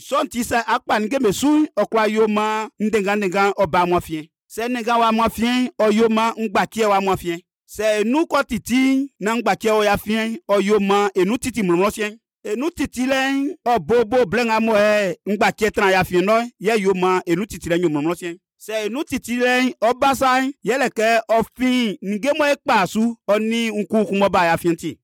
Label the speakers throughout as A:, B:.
A: sɔn ti sɛ akpa nige me su ɔkura yoma ndengandengan ɔba mɔ fiɛ sɛ nigan wa mɔ fiɛ ɔyoma ŋgbatiɛ wa mɔ fiɛ sɛ enu kɔ titi na ŋgbatiɛ wo ya fiɛ ɔyoma enu titi mlɔmlɔ fiɛ enu titi lɛ ɔbobo blɛŋa mɔ yɛ ŋgbatiɛ tran ya fiɛ nɔ yɛ yoma enu titi lɛ nyo mlɔmlɔ fiɛ sɛ enu titi lɛ ɔbasa yɛlɛ kɛ ɔfin nigemɔ ekpa su ɔni nkukumɔba ya fiɛ ti.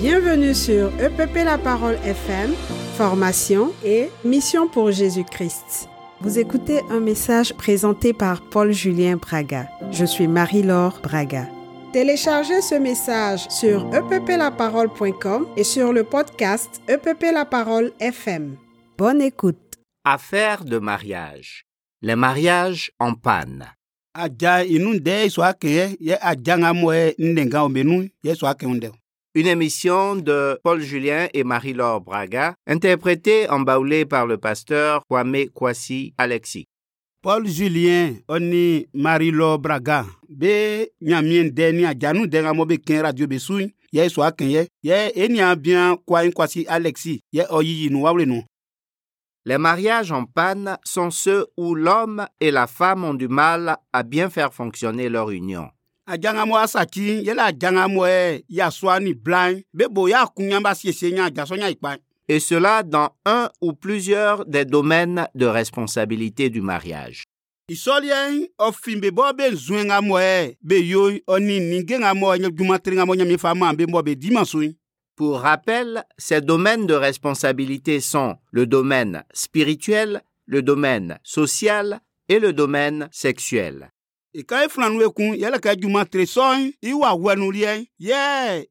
B: Bienvenue sur EPP La Parole FM, formation et mission pour Jésus-Christ. Vous écoutez un message présenté par Paul-Julien Braga. Je suis Marie-Laure Braga. Téléchargez ce message sur E epplaparole.com et sur le podcast EPP La Parole FM. Bonne écoute.
C: Affaires de mariage. Les mariages en panne.
A: Aja inu de so akeye ye aja nga mo e ndenga omenu ye so ake unde.
C: Une émission de Paul Julien et Marie-Laure Braga, interprétée en baoulé par le pasteur Kwame Kwasi Alexis.
A: Paul Julien oni Marie-Laure Braga be nyamien de ni aja nu de nga mo be ken radio be sun ye so ake ye ye eni abian kwa kwasi Alexis ye oyiyi nu wawle nu.
C: Les mariages en panne sont ceux où l'homme et la femme ont du mal à bien faire fonctionner leur union.
A: ajangamɔ asaki yɛlɛ ajangamɔɛ yasua ni blan be bo ya kunyamba siesie nya jasɔ nya ikpa
C: Et cela dans un ou plusieurs des domaines de responsabilité du mariage.
A: isɔliɛ ɔfin be bɔ be zuengamɔɛ be yo ɔni nigengamɔ nye jumatrengamɔ nyami fama be mɔ be dimasoe
C: Pour rappel, ces domaines de responsabilité sont le domaine spirituel, le domaine social et le domaine sexuel.
A: ika eflanu ekun yɛlɛ kɛ jumatre sɔn iwa wɛnuliɛ yɛ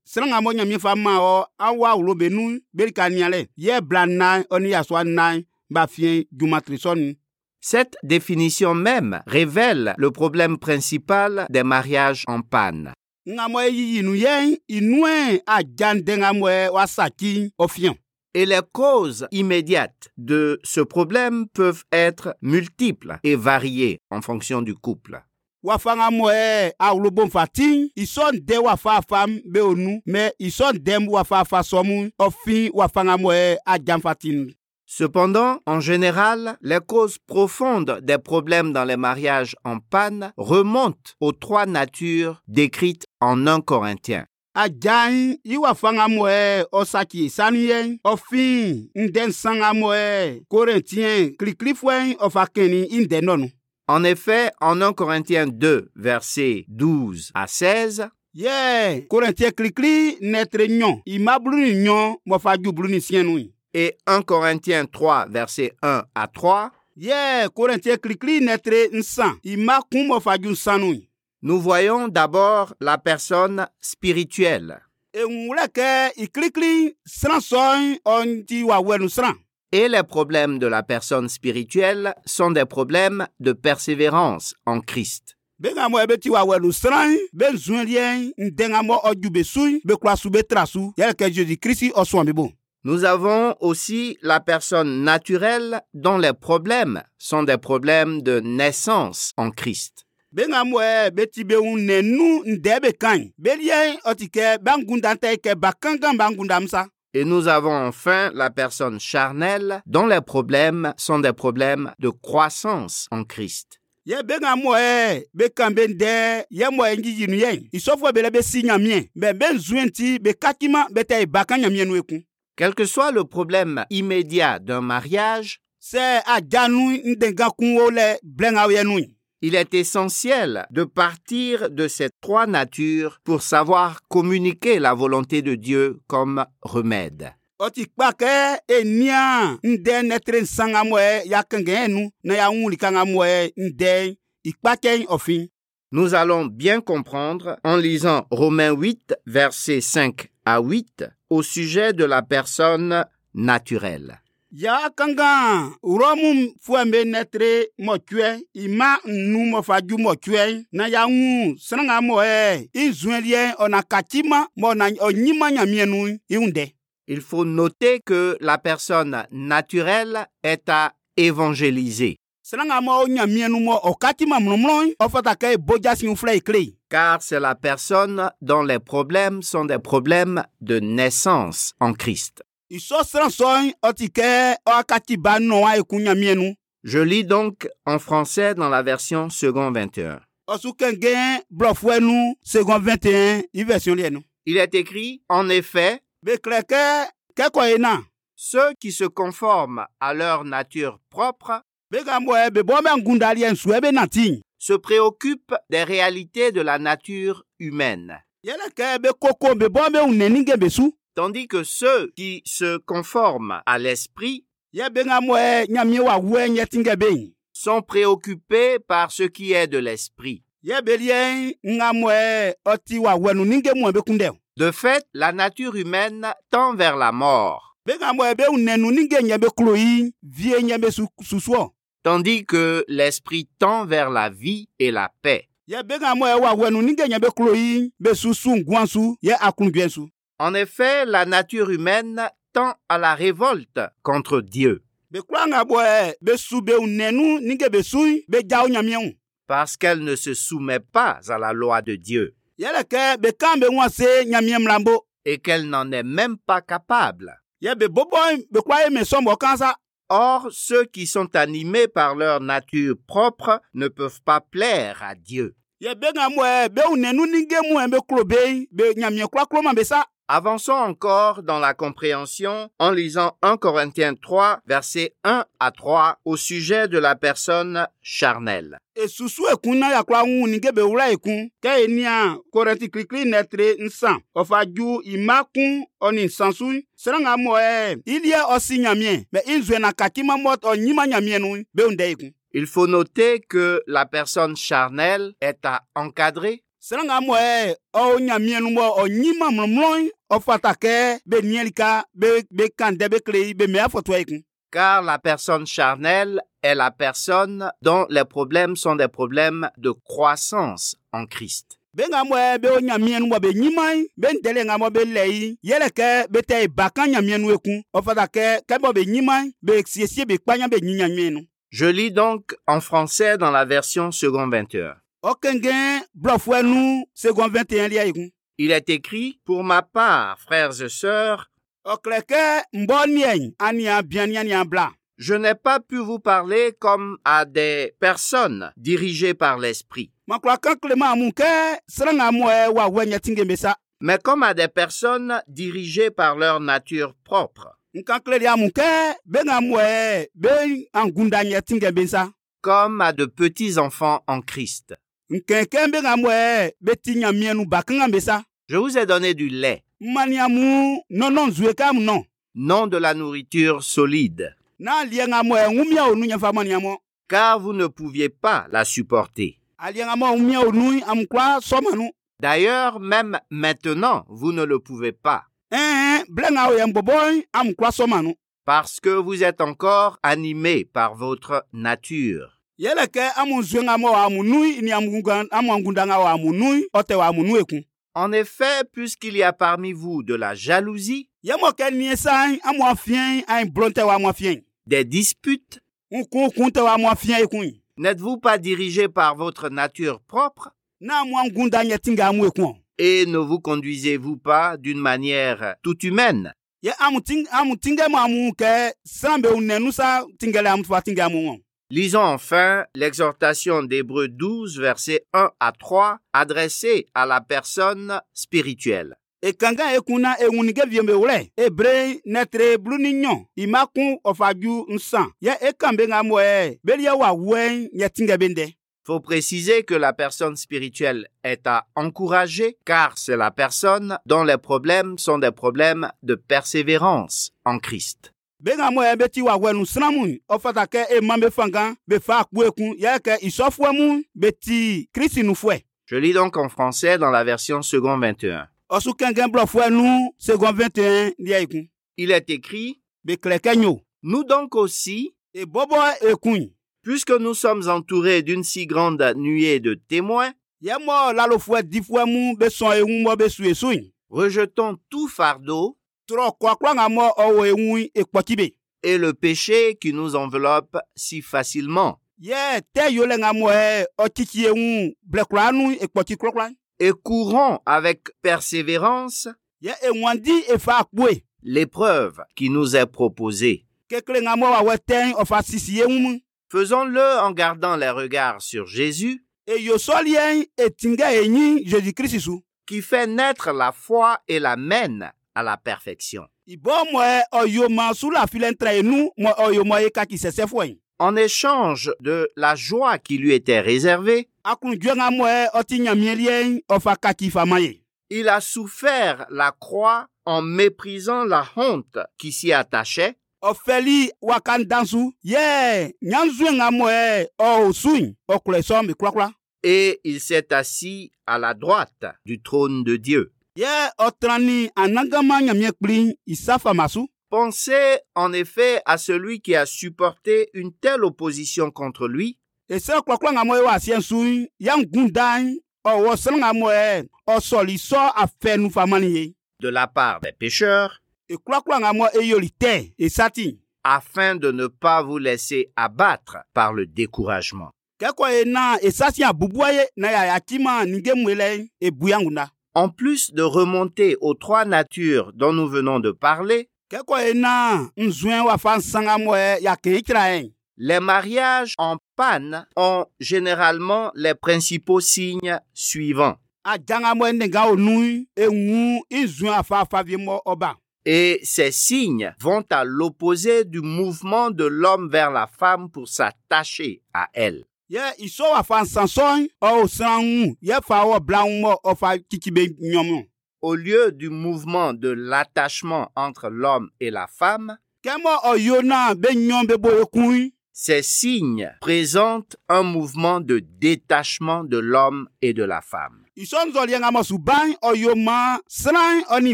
A: srangamɔ nyami fama ɔ awa wlo be nu berika nialɛ yɛ bla nan ɔni yasua nan ba fiɛ jumatre sɔnu
C: Cette définition même révèle le problème principal des mariages en panne.
A: ngamɔ eyiyinu yɛ inuɛ ajandengamɔɛ wasaki ɔfiɛ
C: Et les causes immédiates de ce problème peuvent être multiples et variées en fonction du couple.
A: wafanga mɔɛ awolobon fati isɔn de wafa afam be onu mɛ isɔn dɛm wafa afa sɔmu ɔfin wafanga mɔɛ ajanfatinu.
C: Cependant, en général, les causes profondes des problèmes dans les mariages en panne remontent aux trois natures décrites en 1 Corinthiens.
A: ajan yi wafanga mɔɛ ɔsaki sanuyɛ ɔfin ndɛnsanga mɔɛ korintiyɛn kirikirifɔɛ ɔfakɛni ndɛnɔnu.
C: En effet, en 1 Corinthiens 2, versets 12 à 16,
A: yɛ korintiyɛn kirikiri nɛtere nyɔ imabuluni nyɔ mɔfajubuluni siɛnu.
C: et 1 Corinthiens 3, versets 1 à 3,
A: yɛ korintiyɛn kirikiri nɛtere nsan imakun mɔfaju nsanu.
C: nous voyons d'abord la personne spirituelle
A: E ehunwulɛ kɛ ikilikili sran sɔɔn ɔnti wa wɛnu sran.
C: Et les problèmes de la personne spirituelle sont des problèmes de persévérance en Christ.
A: bɛnkamɔ yɛ bɛ ti wa wɛnu sran bɛ zunliɛ ndɛnkamɔ ɔjube sun bɛ kura su bɛ tira su yɛlɛ kɛ jesu kirisi ɔsɔn bɛ bon.
C: Nous avons aussi la personne naturelle dont les problèmes sont des problèmes de naissance en Christ.
A: bɛnkamɔ yɛ bɛ ti bɛ hun nɛnu ndɛ bɛ kan yi bɛliɛ ɔti kɛ bangundantɛ kɛ bakankan bangundamusa.
C: Et nous avons enfin la personne charnelle dont les problèmes sont des problèmes de croissance en Christ.
A: yɛ bɛnkamɔ yɛ bɛ kan bɛ ndɛ yɛ mɔ yɛ njijinu yɛ isɔfɔ bɛ lɛ bɛ si ɲamiɛ mɛ bɛ zun ti bɛ kakima bɛ tɛ bakan ɲamiɛ nu ye kun.
C: Quel que soit le problème immédiat d'un mariage,
A: sɛ ajanu ndengakunwo lɛ blɛngawo yɛ nu yi.
C: il est essentiel de partir de ces trois natures pour savoir communiquer la volonté de Dieu comme remède.
A: ɔti kpa kɛ enia ndɛ nɛtere nsangamɔɛ ya kɛngɛ yɛ nu na ya ŋuli kangamɔɛ ndɛ ikpakɛ ɔfin.
C: Nous allons bien comprendre en lisant Romains 8, versets 5 à 8 au sujet de la personne naturelle.
A: ya kankan rɔmu fɛn bɛ nɛtere mɔtɔɛ i ma nu mɔfaju mɔtɔɛ na ya ŋu sangamɔɛ i zuɛliɛ ɔna katima mɔ na ɔnyima ɲamiɛnu i ŋu dɛ.
C: Il faut noter que la personne naturelle est à évangéliser,
A: sangamɔ ɲamiɛnu mɔ ɔkatima mlɔmlɔ ɔfɔta kɛ bojasiw filɛ ikile yi.
C: car c'est la personne dont les problèmes sont des problèmes de naissance en Christ.
A: isɔsrɔsɔe ɔtikɛ ɔakatiba nɔa ekunɲamiɛnu
C: Je lis donc en français dans la version second 21.
A: ɔsukɛngɛ blɔfuɛnu second 21 i version liɛnu
C: Il est écrit, en effet,
A: beklɛkɛ kɛkɔye e na
C: ceux qui se conforment à leur nature propre
A: begamɔɛ bebɔ bɛ ngunda liɛ nsuɛ e be nati
C: se préoccupent des réalités de la nature humaine,
A: yɛlɛkɛ be koko bebɔ be unɛnigɛ besu
C: tandis que ceux qui se conforment à l'esprit
A: yɛ begamɔɛ ɲamiɛ e, wa wuɛ ɲɛtingɛ be yen
C: sont préoccupés par ce qui est de l'esprit.
A: yɛ beliɛ ŋamɔɛ ɔti e, wa wɛnu ningɛ mɔɛ be kundɛ
C: De fait, la nature humaine tend vers la mort,
A: begamɔɛ be unɛnu ningɛ ɲɛ be kuloyi vie ɲɛ be su- susuɔ
C: tandis que l'esprit tend vers la vie et la paix.
A: yɛ begamɔɛ e, wa wɛnu ningɛ ɲɛ be kuloyi be susu nguansu yɛ akunjuɛnsu
C: En effet, la nature humaine tend à la révolte contre Dieu,
A: be kura ŋabɔɛ be su be unɛnu ningɛ be sui be jawo ɲamiɛŋu
C: parce qu'elle ne se soumet pas à la loi de Dieu,
A: yɛlɛkɛ be kan be ŋua se ɲamiɛ mlambo
C: et qu'elle n'en est même pas capable.
A: yɛ be bɔbɔ be kura ye me sɔnbɔ kan sa
C: Or, ceux qui sont animés par leur nature propre ne peuvent pas plaire à Dieu.
A: yɛ be ŋamɔɛ be unɛnu ningɛ mɔɛ be kulo be be ɲamiɛ kura kuloma be sa
C: Avançons encore dans la compréhension en lisant 1 Corinthiens 3, versets 1 à 3 au sujet de la personne charnelle.
A: esusu ekun na yakura ŋu ningɛ be wura ekun kɛ enia kɔrɛnti kirikiri nɛtire nsan ɔfaju imakun ɔni nsansu siraŋamɔɛ iliɛ ɔsi ɲamiɛ mɛ inzuɛna kakimamɔ ɔnyima ɲamiɛ nu be undɛ ekun
C: Il faut noter que la personne charnelle est à encadrer,
A: siraŋamɔɛ ɔwo ɲamiɛ nu mɔ ɔnyima mlɔmlɔi ɔfatakɛ be niɛlika be be kan dɛ be kile yi be mɛ afɔtɔ ekun
C: car la personne charnelle est la personne dont les problèmes sont des problèmes de croissance en Christ.
A: be ŋa mɔ be wo ɲamiɛ nu mɔ be ɲimae be n dɛlɛ ŋa mɔ be lɛ yi yɛlɛ kɛ be tɛ e ba kan ɲamiɛ nu ekun o fata kɛ kɛ mɔ be ɲimae be siesie be kpanya be ɲi ɲamiɛ nu
C: Je lis donc en français dans la version second 21.
A: o kɛngɛ blɔfuɛ nu second 21 lia ekun
C: Il est écrit, Pour ma part, frères et sœurs,
A: o kɛlɛ kɛ n bɔ niɛ ania biani ania bla
C: Je n'ai pas pu vous parler comme à des personnes dirigées par l'esprit,
A: makura kan kilema mun kɛ siran ŋa mɔ wa wɛ ɲɛtinge be sa
C: mais comme à des personnes dirigées par leur nature propre,
A: n kan kile lia mun kɛ be ŋa mɔ be an gunda ɲɛtinge be sa
C: comme à de petits enfants en Christ.
A: n kɛn kɛ be ŋa mɔ be ti ɲamiɛ nu ba kan ŋa be sa
C: Je vous ai donné du lait,
A: mmaniamu nɔnɔnzue kam nɔ
C: non de la nourriture solide,
A: na aliɛŋamɔ ɛŋumiawo nu nyɛfa mɔniamɔ
C: car vous ne pouviez pas la supporter.
A: aliɛŋamɔ ŋumiawo nu amukura sɔmanu
C: D'ailleurs, même maintenant, vous ne le pouvez pas,
A: ɛɛ blɛŋawo yɛ nbɔbɔi amukura sɔmanu
C: parce que vous êtes encore animés par votre nature.
A: yɛlɛkɛ amuzueŋamɔ amunui ni amugunga- amuangundaŋawo amunui ɔtɛ wo amunu ekun
C: En effet, puisqu'il y a parmi vous de la jalousie,
A: yɛmɔkɛ nie sai amuafiɛi ain blɔn tɛ wo amuafiɛi
C: des disputes,
A: nkunkun tɛ wo amuafiɛ ekun
C: N'êtes-vous pas dirigé par votre nature propre
A: na amuangunda nyɛtinga amu ekun
C: et ne vous conduisez-vous pas d'une manière toute humaine
A: yɛ amuting- amutingɛmɔ amu kɛ siran be wo nɛnu sa tingɛlɛ amufa tingɛ amu wɔn
C: Lisons enfin l'exhortation d'Hébreux 12, versets 1 à 3, adressée à la personne spirituelle.
A: ekanga ekuna eŋunige viembe wlɛ ebre nɛtre bluni nyɔ imakun ɔfaju nsan yɛ ekan be ŋa mɔɛ beliɛ wa wɛ nyɛtingɛ be ndɛ
C: Faut préciser que la personne spirituelle est à encourager car c'est la personne dont les problèmes sont des problèmes de persévérance en Christ.
A: be ŋa mɔɛ be ti wa wɛ nu sranmu ɔfata kɛ eman be fangan e be fa e akpu ekun yɛ kɛ isɔfuɛmu be ti kristi nu fuɛ
C: Je lis donc en français dans la version second 21.
A: ɔsu kɛngɛ blɔ fuɛ nu second 21 liɛ ekun
C: Il est écrit
A: e be kɛlɛ kɛ nyo E
C: Nous donc aussi,
A: ebɔbɔ ekun
C: Puisque nous sommes entourés d'une si grande nuée de témoins,
A: yɛ mɔ lalo fuɛ di fuɛmu be sɔn eŋu mɔ be su esoin
C: rejetons tout fardeau
A: trɔ kɔakura ŋa mɔ ɔwɔ eŋu ekpɔti be
C: et le péché qui nous enveloppe si facilement.
A: yɛ tɛ yo le e, ŋa mɔ ɛ ɔtitsi eŋu blɛkura nu e ekpɔtsi kurɔkura
C: Et courons avec persévérance
A: e yɛ eŋuandi efa akpoe
C: l'épreuve qui nous est proposée.
A: kekle nga mɔ wawɛ tɛn ɔfa sisiye ŋu mu
C: Faisons-le en gardant les regards sur Jésus,
A: eyo sɔliɛ etinge enyi jésus kristu su
C: qui fait naître la foi et la mène à la perfection.
A: ibɔ mɔɛ ɔyoma e, su la e filɛ ntrɛ enu mɔ ɔyomɔ ye kaki sɛsɛ fɔɛ
C: En échange de la joie qui lui était réservée,
A: akunjue nga e, mɔɛ ɔti nyamiɛliɛ ɔfa kaki fama ye
C: il a souffert la croix en méprisant la honte qui s'y attachait
A: ɔfɛli wakan dansu yɛ nyanzue nga mɔɛ ɔosun ɔkulɛ sɔn mi kurakura
C: et il s'est assis à la droite du trône de Dieu.
A: yɛ ɔtrani anagama nyamiɛ kpli isafama su
C: Pensez en effet à celui qui a supporté une telle opposition contre lui
A: ese kpɔkplɔ nga mɔɛ wa seɛ su ya ŋgun dan ɔwɔ sɛn nga mɔɛ ɔsɔli sɔ afɛnu famani ye
C: de la part des pécheurs
A: ekplɔkplɔ nga mɔ eyoli tɛ esati
C: afin de ne pas vous laisser abattre par le découragement.
A: kɛkɔ ye e na esasi abubua ye na yaya tima nige mue lɛ ebuya ŋuna
C: En plus de remonter aux trois natures dont nous venons de parler,
A: kɛkɔ ye e na nzuɛ wafa nsanga mɔɛ yakɛ itsra yɛ
C: les mariages en panne ont généralement les principaux signes suivants.
A: ajanga mɔɛ nega onu eŋu nzuɛ afa afavie mɔ ɔba
C: Et ces signes vont à l'opposé du mouvement de l'homme vers la femme pour s'attacher à elle.
A: yɛ isɔ wafa nsansɔn ɔwosran ŋu yɛ fa wɔ bla ŋu mɔ ɔfa kikibe nyɔmɔ
C: Au lieu du mouvement de l'attachement entre l'homme et la femme,
A: kɛmɔ ɔyo na be nyɔn be bo ye kun
C: ces signes présentent un mouvement de détachement de l'homme et de la femme.
A: isɔ nzɔli yɛ nga mɔ su ban ɔyo ma sran ɔni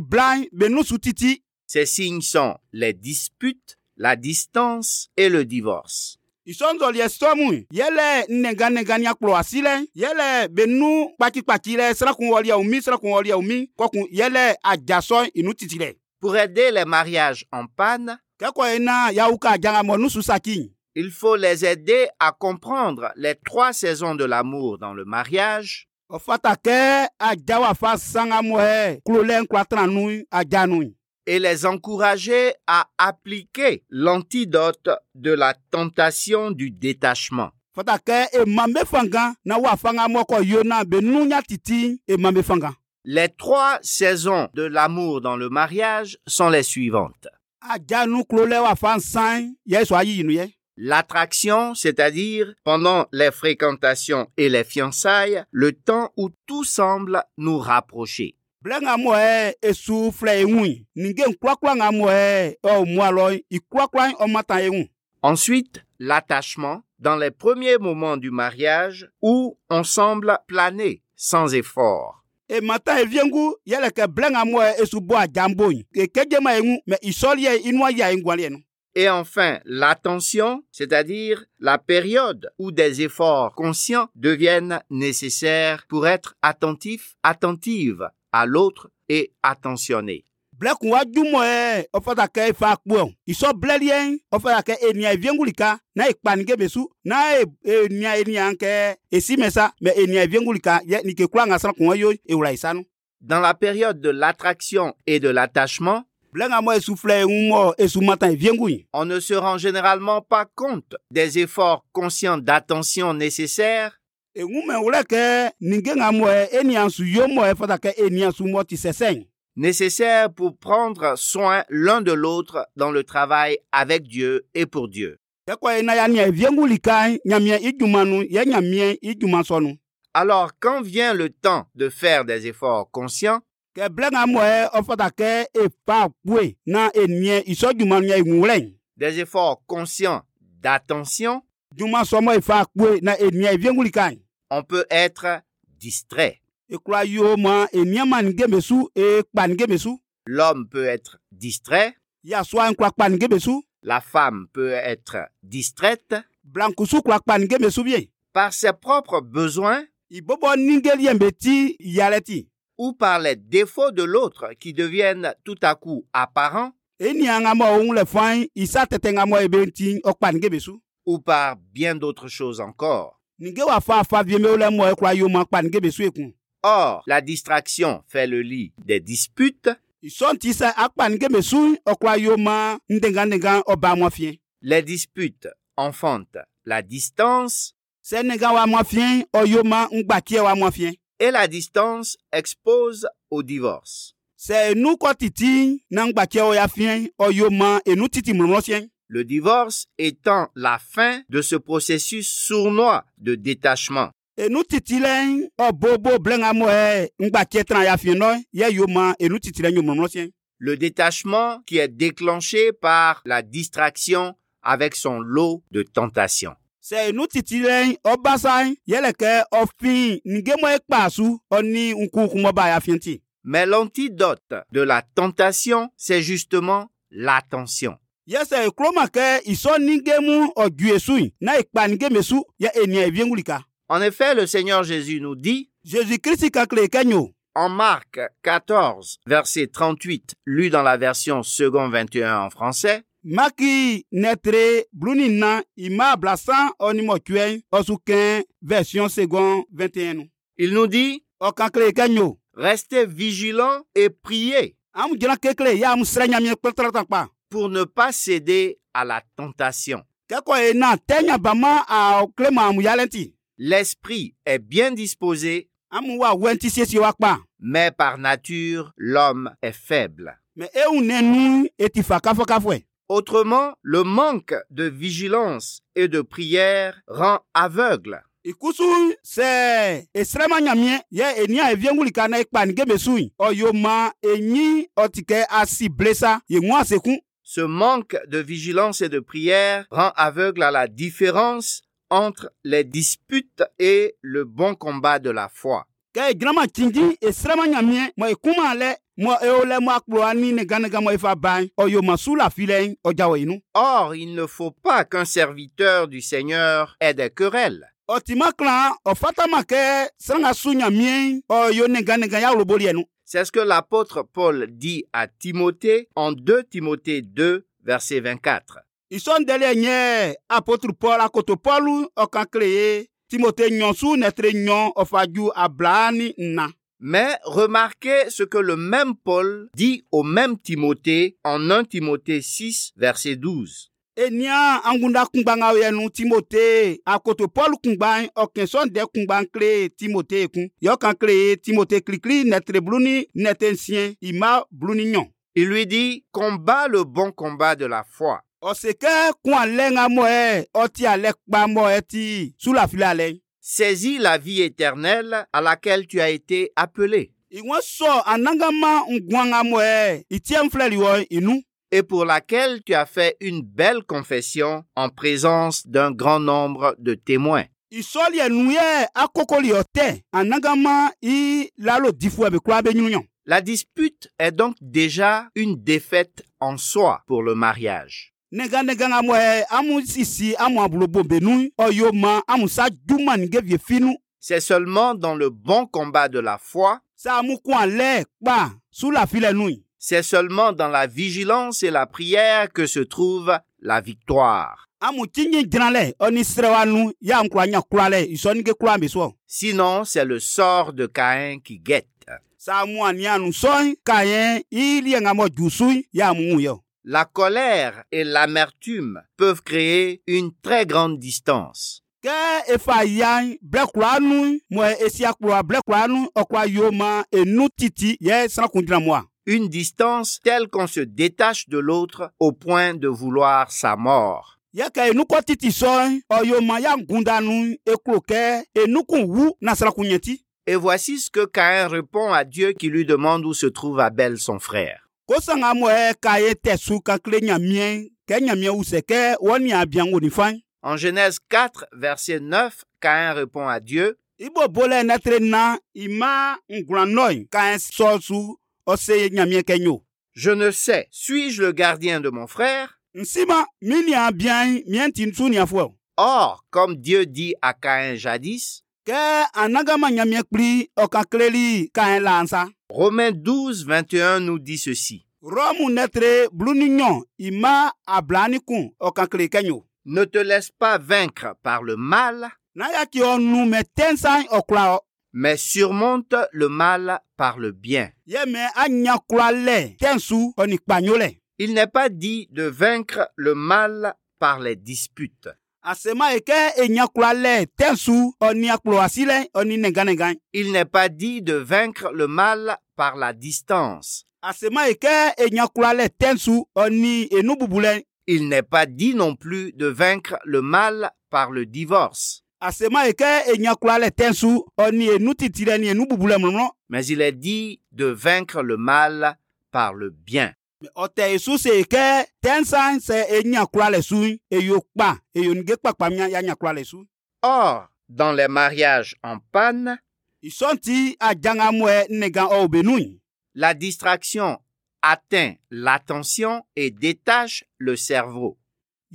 A: blan be nu su titi
C: Ces signes sont les disputes, la distance et le divorce.
A: ìsọ̀nzọ̀lì ẹ̀sọ́mù yẹlẹ̀ nẹ̀ganẹ̀gani akplọ̀ àsílẹ̀ yẹlẹ̀ bẹ̀nu kpatsikpatsi lẹ̀ sẹ́lẹ̀kùnwọlì ẹ̀wùmí sẹ́lẹ̀kùnwọlì ẹ̀wùmí kọkùn yẹlẹ̀ àjàsọ inú títì lẹ̀.
C: Pour aider les mariages en panne,
A: kẹ́kọ̀ọ́ yẹn na yawu ka jangamọ̀ nusu saki.
C: il faut les aider à comprendre les trois saisons de l'amour dans le mariage,
A: ọ̀fàtà kẹ́ àjàwàfà sangamọ̀ ẹ̀ kulolẹ̀ nkulatranu àjànù.
C: et les encourager à appliquer l'antidote de la tentation du détachement.
A: fata kẹ́ emame fangan na wà fangamọ̀ kọ yona bẹ̀nu nya titi emame fangan.
C: Les trois saisons de l'amour dans le mariage sont les suivantes.
A: àjànù kulolẹ̀ wà fan san yẹ sọ ayi yinu yẹ.
C: L'attraction, c'est-à-dire pendant les fréquentations et les fiançailles, le temps où tout semble nous rapprocher.
A: bla ŋa mɔɛ esu filɛ ye ŋui ninge nkurakura ŋa mɔɛ ɔ mua lɔ ikurakura ɔmata ye ŋu
C: Ensuite, l'attachement dans les premiers moments du mariage où on semble planer sans effort.
A: emata ye viengu yɛlɛ kɛ bla ŋa mɔɛ esu bɔ ajambo yi ekedzema ye ŋu mɛ isɔliɛ inua yia ye ŋualiɛ nu
C: Et enfin, l'attention, c'est-à-dire la période où des efforts conscients deviennent nécessaires pour être attentif, attentive à l'autre et attentionné.
A: bla kun wa e, ju mɔɛ ɔfɔta kɛ efa akpɔ isɔ blɛliɛ ɔfɔta kɛ e, enia ye viengu lika na ekpa nige be su na e- enia enia kɛ esi mɛ sa mɛ enia ye viengu lika yɛ nike kura ŋa sra kun wa yo e ewura isa nu
C: Dans la période de l'attraction et de l'attachement,
A: bla ŋa mɔ esu filɛ ye ŋu mɔ esu mata ye viengu yi
C: on ne se rend généralement pas compte des efforts conscients d'attention nécessaires
A: eŋume wòle E ke ninge e, ŋa mɔe eniyansu yomɔe fɔta e, ke eniyansu mɔ ti sɛsɛn
C: nécessaires pour prendre soin l'un de l'autre dans le travail avec Dieu et pour Dieu.
A: kekɔ yi e na ya nia evienguli ka nyamia idumanu ye nyamia idumasɔnu
C: Alors quand vient le temps de faire des efforts conscients,
A: ke blɛ ŋa mɔe ɔfɔta ke efa kpoe na enie isɔdumanu ya eŋuwlɛ
C: des efforts conscients d'attention,
A: dumasɔmɔ efa kpoe na enia evienguli ka
C: on peut être distrait.
A: ekura yiwo ma eniama nige me su ekpa nige me su
C: L'homme peut être distrait,
A: yasua nkura kpa nige me su
C: la femme peut être distraite
A: blankusu kura kpa nige me su bie
C: par ses propres besoins
A: ibɔbɔ nigeliɛ be ti yalɛ ti.
C: ou par les défauts de l'autre qui deviennent tout à coup apparents
A: enia ŋa mɔ ohun le fain isa tɛtɛ ŋa mɔ ebe ŋti ɔkpa nige be su
C: ou par bien d'autres choses encore.
A: nige wa fa afa vie me wo le mɔ ekura yoma kpa nige be su ekun
C: Or, la distraction fait le lit des disputes
A: isontisa akpan ge mesu okwa yo ma ndengandengan oba mwafien
C: Les disputes enfantent la distance
A: se nengan wa mwafien oyo ma ngbakie wa mwafien
C: et la distance expose au divorce.
A: se enu kɔ titi na ngbakie oya fien oyo ma enu titi mlɔmlɔsien
C: Le divorce étant la fin de ce processus sournois de détachement.
A: enu titi lɛ ɔbobo blɛnga mɔɛ ngbakie tran ya fien nɔ yɛ yo ma enu titi lɛ nyo mlɔmlɔsien
C: Le détachement qui est déclenché par la distraction avec son lot de tentations.
A: se enu titi lɛ ɔbasa yɛlɛkɛ ɔfin nigemɔ ekpasu ɔni nkukumɔba ya fien ti
C: Mais l'antidote de la tentation, c'est justement l'attention.
A: yɛsɛ ekuroma kɛ isɔnigemu ɔjuesu na ekpanigemesu yɛ enia eviengulika
C: En effet, le Seigneur Jésus nous dit,
A: jésus kristi kakle kɛnyo
C: en Marc 14, verset 38, lu dans la version second 21 en français,
A: maki nɛtre bluni na ima blasan ɔnimɔtsuɛ ɔsukɛn version second vingt-et-un nu
C: il nous dit,
A: ɔkakle kɛnyo
C: restez vigilants et priez
A: amu dzra kekle ya amu srɛ nyamie kpɛtɛrɛtakpa
C: pour ne pas céder à la tentation.
A: kɛkɔ ena tɛnyabama aɔklema amu yalɛnti
C: L'esprit est bien disposé,
A: amu wa wɛnti siesie wa kpa
C: mais par nature, l'homme est faible.
A: mɛ ewu nɛnu etifa kafɔkafɔɛ
C: Autrement, le manque de vigilance et de prière rend aveugle.
A: ikusu sɛ esrɛma nyamie yɛ enia evienguli ka na ekpa nige mesui ɔyoma enyi ɔtikɛ asi blesa yeŋu aseku
C: Ce manque de vigilance et de prière rend aveugle à la différence entre les disputes et le bon combat de la foi.
A: kɛ edzrama tsinji esrɛma nyamie mɔ ekuma lɛ mɔ ewo lɛ mɔ akplɔ ani neganega mɔ efa ban ɔyoma su la fi lɛ ɔdzawo inu
C: Or, il ne faut pas qu'un serviteur du Seigneur ait des querelles.
A: ɔtima klan ɔfatama kɛ srɛŋa su nyamie ɔyo neganega ya wloboli ɛnu
C: C'est ce que l'apôtre Paul dit à Timothée en 2 Timothée 2, verset 24.
A: isɔndɛlɛ nyɛ apotru pɔl akoto pɔlu ɔkankle ye timote nyɔsu nɛtre nyɔ ɔfaju ablani nna
C: Mais remarquez ce que le même Paul dit au même Timothée en 1 Timothée 6, verset 12.
A: enia angunda kungbaŋa yɛ nu timote akoto pɔl kungbaŋ ɔkɛsɔndɛ kungbaŋ kle timote kun yɔkankle ye timote klikli nɛtre bluni nɛte nsiɛ ima bluni nyɔ
C: Il lui dit, combat le bon combat de la foi.
A: ɔsekɛ kun alɛ ŋa mɔɛ ɔti alɛ kpa mɔɛ ti sulafili alɛ
C: Saisis la vie éternelle à laquelle tu as été appelé
A: ìwọ́n sọ anagama ngwaŋa mɔɛ ìtiɛ nfilɛ liwɔ inu
C: et pour laquelle tu as fait une belle confession en présence d'un grand nombre de témoins.
A: ìsọ́lì ẹ̀nu yẹ akókòlì ọ̀tẹ̀ ànágàmá i lálò dìfú ẹ̀mí kúrò abẹ́ yúnyàn.
C: La dispute est donc déjà une défaite en soi pour le mariage.
A: nega nega ŋa mɔ ɛ amu sisi amu abulobo benu ɔyɔ ma amu sa juma nige vie finu
C: C'est seulement dans le bon combat de la foi,
A: sa amu kun alɛ kpa sulafi lɛ nu.
C: c'est seulement dans la vigilance et la prière que se trouve la victoire.
A: amu tsinyi dzran lɛ ɔni srɛwa nu ya amu kura nya kura lɛ ìsɔnige kura mi sɔ.
C: Sinon, c'est le sort de Caïn qui guette.
A: sa amu anianu sɔn ka yɛ iliɛ ŋa mɔ jusu ya amu ŋu yɔ.
C: La colère et l'amertume peuvent créer une très grande distance.
A: kɛ efa ya blɛkura nu mɔ esia kura blɛkura nu ɔkura yo ma enu titi yɛ sirakun dira mua.
C: Une distance telle qu'on se détache de l'autre au point de vouloir sa mort.
A: yɛkɛ enu kɔ titi sɔn ɔyo ma ya gunda nu eklo kɛ enu kun wu na sirakun yɛnti.
C: Et voici ce que Caïn répond à Dieu qui lui demande où se trouve Abel son frère.
A: ko sanga mɔ ka ye tɛ su kakle ɲamiɛ kɛ ɲamiɛ wusɛ kɛ wɔni abiyango ni fan.
C: En Genèse 4, verset 9, Caïn répond à Dieu,
A: ibo bolɛ nɛtre na ima ngulanɔ ka ye sɔ su ɔse ɲamiɛ kɛ nyo.
C: Je ne sais, suis-je le gardien de mon frère
A: nsima mi ni abiyan miɛ ti su nia fɔ.
C: Or, comme Dieu dit à Caïn jadis,
A: kɛ anagama ɲamiɛ kpli ɔkakleli kaɲɛ la ansa
C: Romains 12, 21 nous dit ceci.
A: rɔmu nɛtre bluni ɲɔ i ma a bila ni kun ɔkakle kɛ ɲo
C: Ne te laisse pas vaincre par le mal,
A: n'a y'a ti ɔ nu mɛ tɛnsan ɔkula ɔ
C: mais surmonte le mal par le bien.
A: yeme anyakura lɛ tɛnsu ɔnikpanyo lɛ
C: Il n'est pas dit de vaincre le mal par les disputes.
A: asema yi ke enyakura lɛ tɛnsu ɔniakplɔ asi lɛ ɔninɛganɛgan
C: Il n'est pas dit de vaincre le mal par la distance.
A: asema yi ke enyakura lɛ tɛnsu ɔni enububu lɛ
C: Il n'est pas dit non plus de vaincre le mal par le divorce.
A: asema yi ke enyakura lɛ tɛnsu ɔni enutiti lɛ ni enububu lɛ mlɔmlɔ
C: mais il est dit de vaincre le mal par le bien.
A: ɔtɛ esu se yi ke tɛnsan sɛ enyakura lɛ su eyo kpa eyo nige kpakpa mia ya nyakura lɛ su
C: Or, dans les mariages en panne,
A: isɔnti ajangamɔɛ nɛgan ɔwobenu yi
C: la distraction atteint l'attention et détache le cerveau.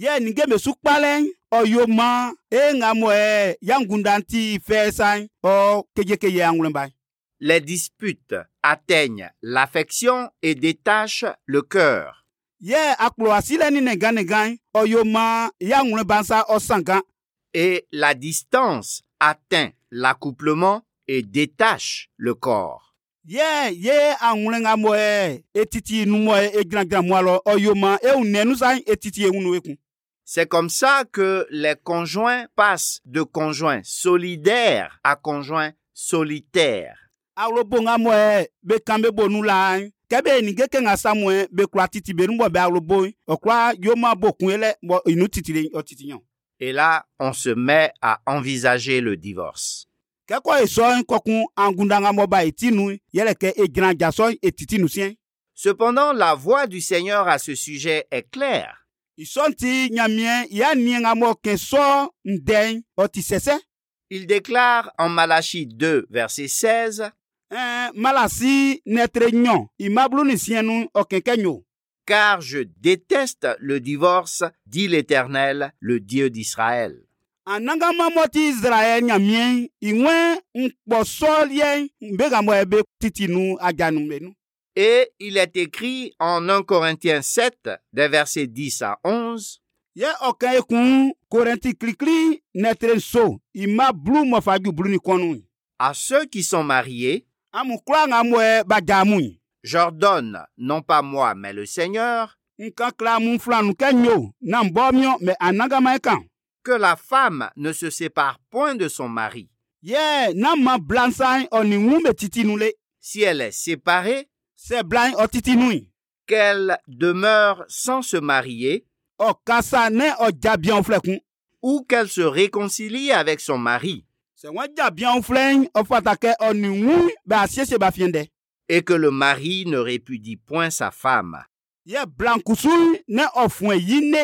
A: yẹ nige mesu kpalẹ ọyọ ma e ŋa mọ ẹ yangundanti fẹ san ọ kejekeye anwulẹba
C: Les disputes atteignent l'affection et détachent le cœur.
A: yẹ akplọ asilẹ ni nẹganẹgan ọyọ ma yanwulẹba sa ọsangan
C: Et la distance atteint l'accouplement et détache le corps.
A: yẹ yẹ anwulẹ ŋa mọ ẹ etiti numọ ẹ egrangan mọ alọ ọyọ ma e ehun nẹnu san etiti ehun nu ekun
C: C'est comme ça que les conjoints passent de conjoints solidaires à conjoints solitaires.
A: awolobo ŋa mọ ẹ bẹ kan bẹ bọ nu la kẹbẹ nige kẹ ŋa sa mọ ẹ bẹ kura e, titi bẹ numọ bẹ awolobo ọkura yọ ma bọ kun yẹ lẹ bọ inu titi le ọtiti yan.
C: Et là, on se met à envisager le divorce.
A: kẹ́kọ̀ọ́ ìsọ ńkọkun angundamọ́ba ìtìnú yẹlẹ̀kẹ́ ìgbìnàjà sọ ètìtìnú sí ẹ́.
C: Cependant, la voix du Seigneur à ce sujet est claire.
A: ìsọ ti nyàmìẹ́ ìyá nìyẹn amọ̀ kẹ́ sọ ǹdẹ́ ọtí sẹ́sẹ́.
C: Il déclare en Malachie 2, verset 16,
A: ẹ̀ẹ́n malasi nẹ́tẹ̀rẹ̀ yàn ìmábúlóni sí ẹnu ọ̀kẹ́kẹ́ yàn.
C: Car je déteste le divorce, dit l'Éternel, le Dieu d'Israël.
A: anagamamọ́ ti israẹ̀ nyàmìẹ́ ìwẹ́ ńpọ̀sọ́lẹ́ ńbẹ́gàmọ́ ẹ̀bẹ́ títìnú ajanumẹ́nu.
C: Et il est écrit en 1 Corinthiens 7, des versets 10 à 11,
A: yẹ ọ̀kẹ́ ikùn kòrẹ́ntì kìlìkìlì nẹ́tẹ̀rẹ̀ so ìmábúlù mọ̀fàjú búlù nìkọ́nù.
C: À ceux qui sont mariés,
A: amukura ŋamọ́ ẹ bàjàmù yìí.
C: j'ordonne, non pas moi, mais le Seigneur,
A: nkan kla mu fulanu kɛ nyo na n bɔ miɔ mɛ a nagama yi kan.
C: que la femme ne se sépare point de son mari.
A: yɛ na ma bilansan ɔni ŋun bɛ titinu le.
C: si elle est séparée,
A: sɛ bilan ɔ titinu yi.
C: qu'elle demeure sans se marier
A: ɔ kasa ne ɔ jabiɛn filɛ kun.
C: ou qu'elle se réconcilie avec son mari
A: sɛ wɔn jabiɛn filɛ ɔ fata kɛ ɔni ŋun bɛ a siesie ba fiɲɛ dɛ.
C: et que le mari ne répudie point sa femme.
A: yɛ bilankusu ne ɔ fun yi ne.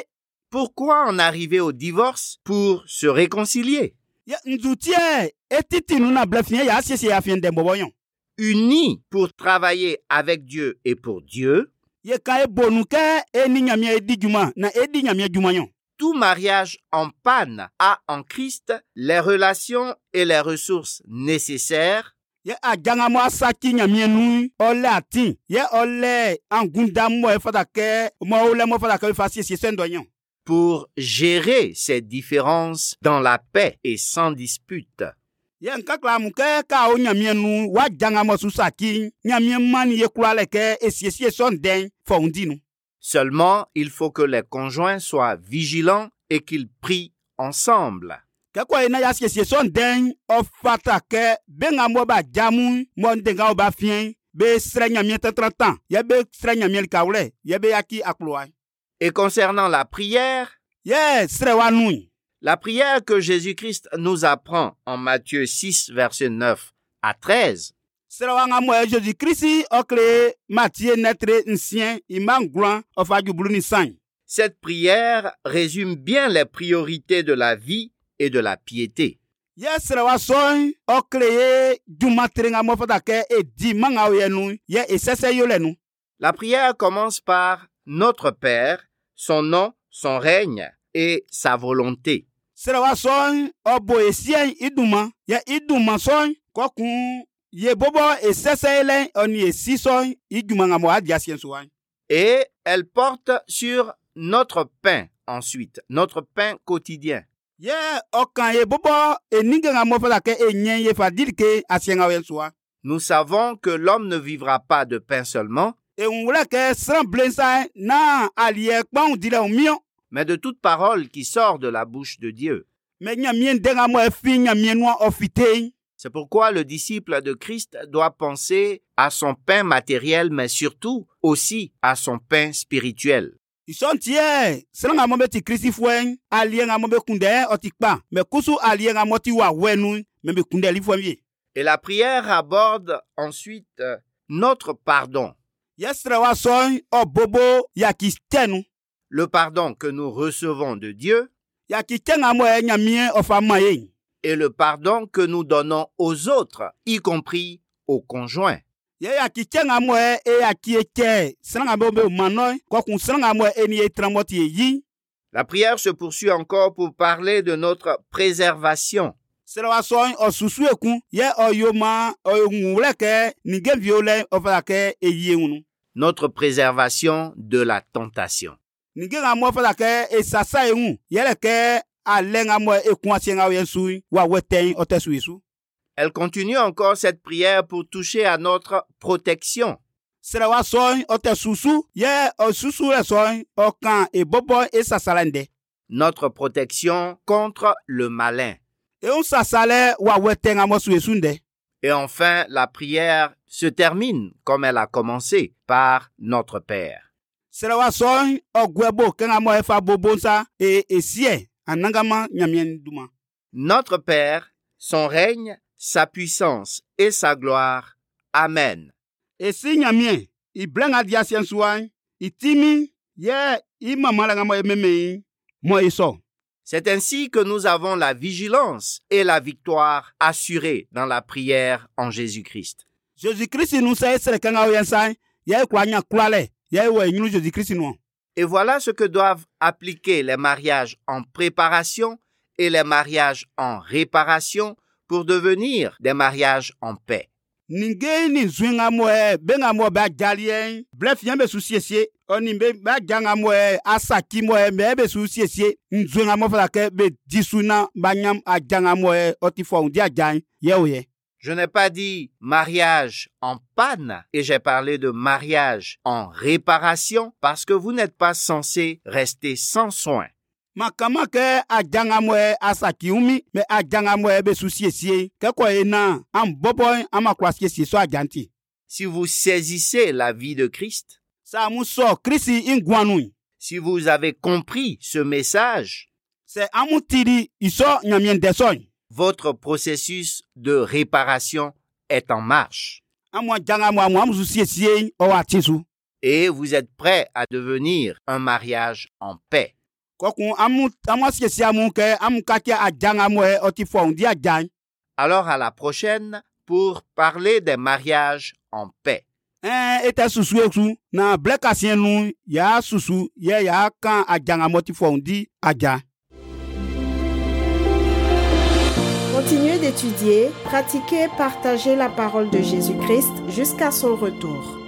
C: Pourquoi en arriver au divorce pour se réconcilier
A: yɛ nzutiɛ etitinu na bilɛ fiɲɛ y'a siesie ya fiɲɛ dɛ bɔbɔ yɔn.
C: Unis pour travailler avec Dieu et pour Dieu,
A: yɛ kan ye bonu kɛ e ni ɲamiɛ e di juma na e di ɲamiɛ juma yɔn.
C: tout mariage en panne a en Christ les relations et les ressources nécessaires
A: ye ajangamɔ asaki ɲamiɛnu ɔlɛ ati ye ɔlɛ angundamɔ ɛfatakɛ mɔwolɛmɔ ɛfatakɛ ɛfa siesie sɛn dɔ yɛn
C: pour gérer ces différences dans la paix et sans dispute.
A: ye nkakalamu kɛ k'awo ɲamiɛnu wa jangamɔ susaki ɲamiɛmani ye kuralɛ kɛ esiesie sɔn dɛn fɔwundinu
C: Seulement, il faut que les conjoints soient vigilants et qu'ils prient ensemble.
A: kɛkɔ ye e na ya siesie sɔn dɛn ɔfatakɛ bengamɔ ba jamu mɔndengawo ba fiɛ be srɛ ɲamiɛ tɛtrɛ tan ye be srɛ ɲamiɛ likawulɛ ye be yaki akplowa
C: Et concernant la prière,
A: ye srɛ wa nu yi
C: la prière que Jésus-Christ nous apprend en Matthieu 6, verset 9 à 13,
A: sirawaŋa mɔ ye jésus kirisi ɔkele matie nɛtre nsiɛ imangulɔn ɔfajubulu ni san.
C: cette prière résume bien les priorités de la vie et de la piété.
A: yɛ sirawa sɔn ɔkele ye juma terenga mɔfɔta kɛ edi mangawo yɛ nu yɛ esɛsɛ yo lɛ nu.
C: La prière commence par Notre Père, son nom, son règne et sa volonté.
A: sirawa sɔn ɔbo esiɛ iduma yɛ iduma sɔn kɔkun ye bɔbɔ esɛsɛ lɛ ɔni esi sɔn ijumangamɔ adi asiɛ so wa.
C: Et elle porte sur notre pain ensuite, notre pain quotidien.
A: ye ɔkan ye bɔbɔ eniganga mɔfɛla kɛ enyɛ ye fa dili ke asiɛŋa ye sua
C: Nous savons que l'homme ne vivra pas de pain seulement,
A: ehunwulɛ kɛ sran bilen sa na aliɛ kpanw dilɛ o miɔ
C: mais de toute parole qui sort de la bouche de Dieu.
A: mɛ ɲamien denga mɔ efin ɲamien nua ɔfiten
C: C'est pourquoi le disciple de Christ doit penser à son pain matériel, mais surtout aussi à son pain spirituel.
A: isɔntiɛ sranga mɔ bɛ ti kristi fɔɛ aliɛŋa mɔ bɛ kundɛ ɔti e, kpa mɛ kusu aliɛŋa mɔ ti wa wɛnu mɛ bɛ kundɛ li fɔm ye
C: Et la prière aborde ensuite euh, notre pardon,
A: yɛ srɛ wa sɔn ɔbobo yaki tɛnu
C: le pardon que nous recevons de Dieu
A: yaki tɛŋa mɔ yɛ ɲamien ɔfa ma ye
C: et le pardon que nous donnons aux autres, y compris aux conjoints.
A: yɛ yaki tɛŋa mɔ yɛ e yaki ye tɛ sranga mɔ bɛ ma nɔ kɔkun sranga mɔ yɛ e ni ye tramɔ ti ye yi
C: La prière se poursuit encore pour parler de notre préservation.
A: srɛ wa sɔn ɔsusu yɛ kun yɛ ɔyoma ɔyɔnwulɛ kɛ nigɛvio lɛ ɔfɛ la kɛ eyi yɛ ŋunu
C: notre préservation de la tentation.
A: nige ŋa mɔ fɛ la kɛ esasa ye ŋu yɛlɛ kɛ alɛ ŋa mɔ ekun aseɛ ŋa yɛ su wa wɛ tɛn ɔtɛ su yesu
C: Elle continue encore cette prière pour toucher à notre protection.
A: srɛ wa sɔn ɔtɛ susu yɛ ɔsusu yɛ sɔn ɔkan ebɔbɔ esasa la ŋdɛ
C: Notre protection contre le malin.
A: eŋu sasa lɛ wa wɛ tɛn ŋa mɔ su yesu ŋdɛ
C: Et enfin, la prière se termine, comme elle a commencé, par notre Père.
A: srɛ wa sɔn ɔgɔɛbo kɛ ŋa mɔ ɛfa bobo sa e esiɛ anagama nyamiɛ duma
C: Notre Père, son règne, sa puissance et sa gloire. Amen.
A: esi nyamiɛ iblɛ ŋa di aseɛ suwa itimi yɛ imama la ŋa mɔ yɛ mɛmɛ mɔ esɔ.
C: C'est ainsi que nous avons la vigilance et la victoire assurées dans la prière en Jésus-Christ.
A: jésus-christ nu sɛ esere kɛŋa yɛ san yɛ kura e nya e kura lɛ yɛ wɔ enyinu jésus-christ nu.
C: Et voilà ce que doivent appliquer les mariages en préparation et les mariages en réparation pour devenir des mariages en paix.
A: ninge ni zun ŋa mɔ yɛ bɛ ŋa mɔ bɛ ajali yɛ bilɛ fiɲɛ bɛ su siesie ɔni bɛ bɛ aja ŋa mɔ yɛ asaki mɔ yɛ mɛ bɛ su e siesie nzun ŋa mɔ fana kɛ bɛ disu na ba nya aja ŋa mɔ yɛ ɔti fɔ ɔn di aja yɛ yɛ o yɛ.
C: Je n'ai pas dit mariage en panne et j'ai parlé de mariage en réparation parce que vous n'êtes pas censé rester sans soin.
A: makama kɛ aja ŋa mɔ yɛ asaki ŋu mi mɛ aja ŋa mɔ yɛ bɛ su siesie kɛkɔ yɛ na an bɔbɔ an ma kura siesie sɔ aja ŋti.
C: Si vous saisissez la vie de Christ,
A: saamu sɔ kirisi ŋguanu.
C: si vous avez compris ce message,
A: sɛ amu tiri isɔ ɲamiɛndɛsɔ
C: votre processus de réparation est en marche.
A: amu janga mu amu amusu siesie ɔwɔ ati su
C: et vous êtes prêt à devenir un mariage en paix.
A: kɔkun amu amu asiesie amu kɛ amu kakia ajanga mu yɛ ɔti fɔ ɔn di ajan
C: Alors à la prochaine pour parler des mariages en paix.
A: ɛn e tɛ susu yɛ su na blɛ kasiɛ nu y'a susu yɛ y'a kan ajanga mu ɔti fɔ ɔn di ajan.
B: Continuez d'étudier, pratiquer, partager la parole de Jésus-Christ jusqu'à son retour.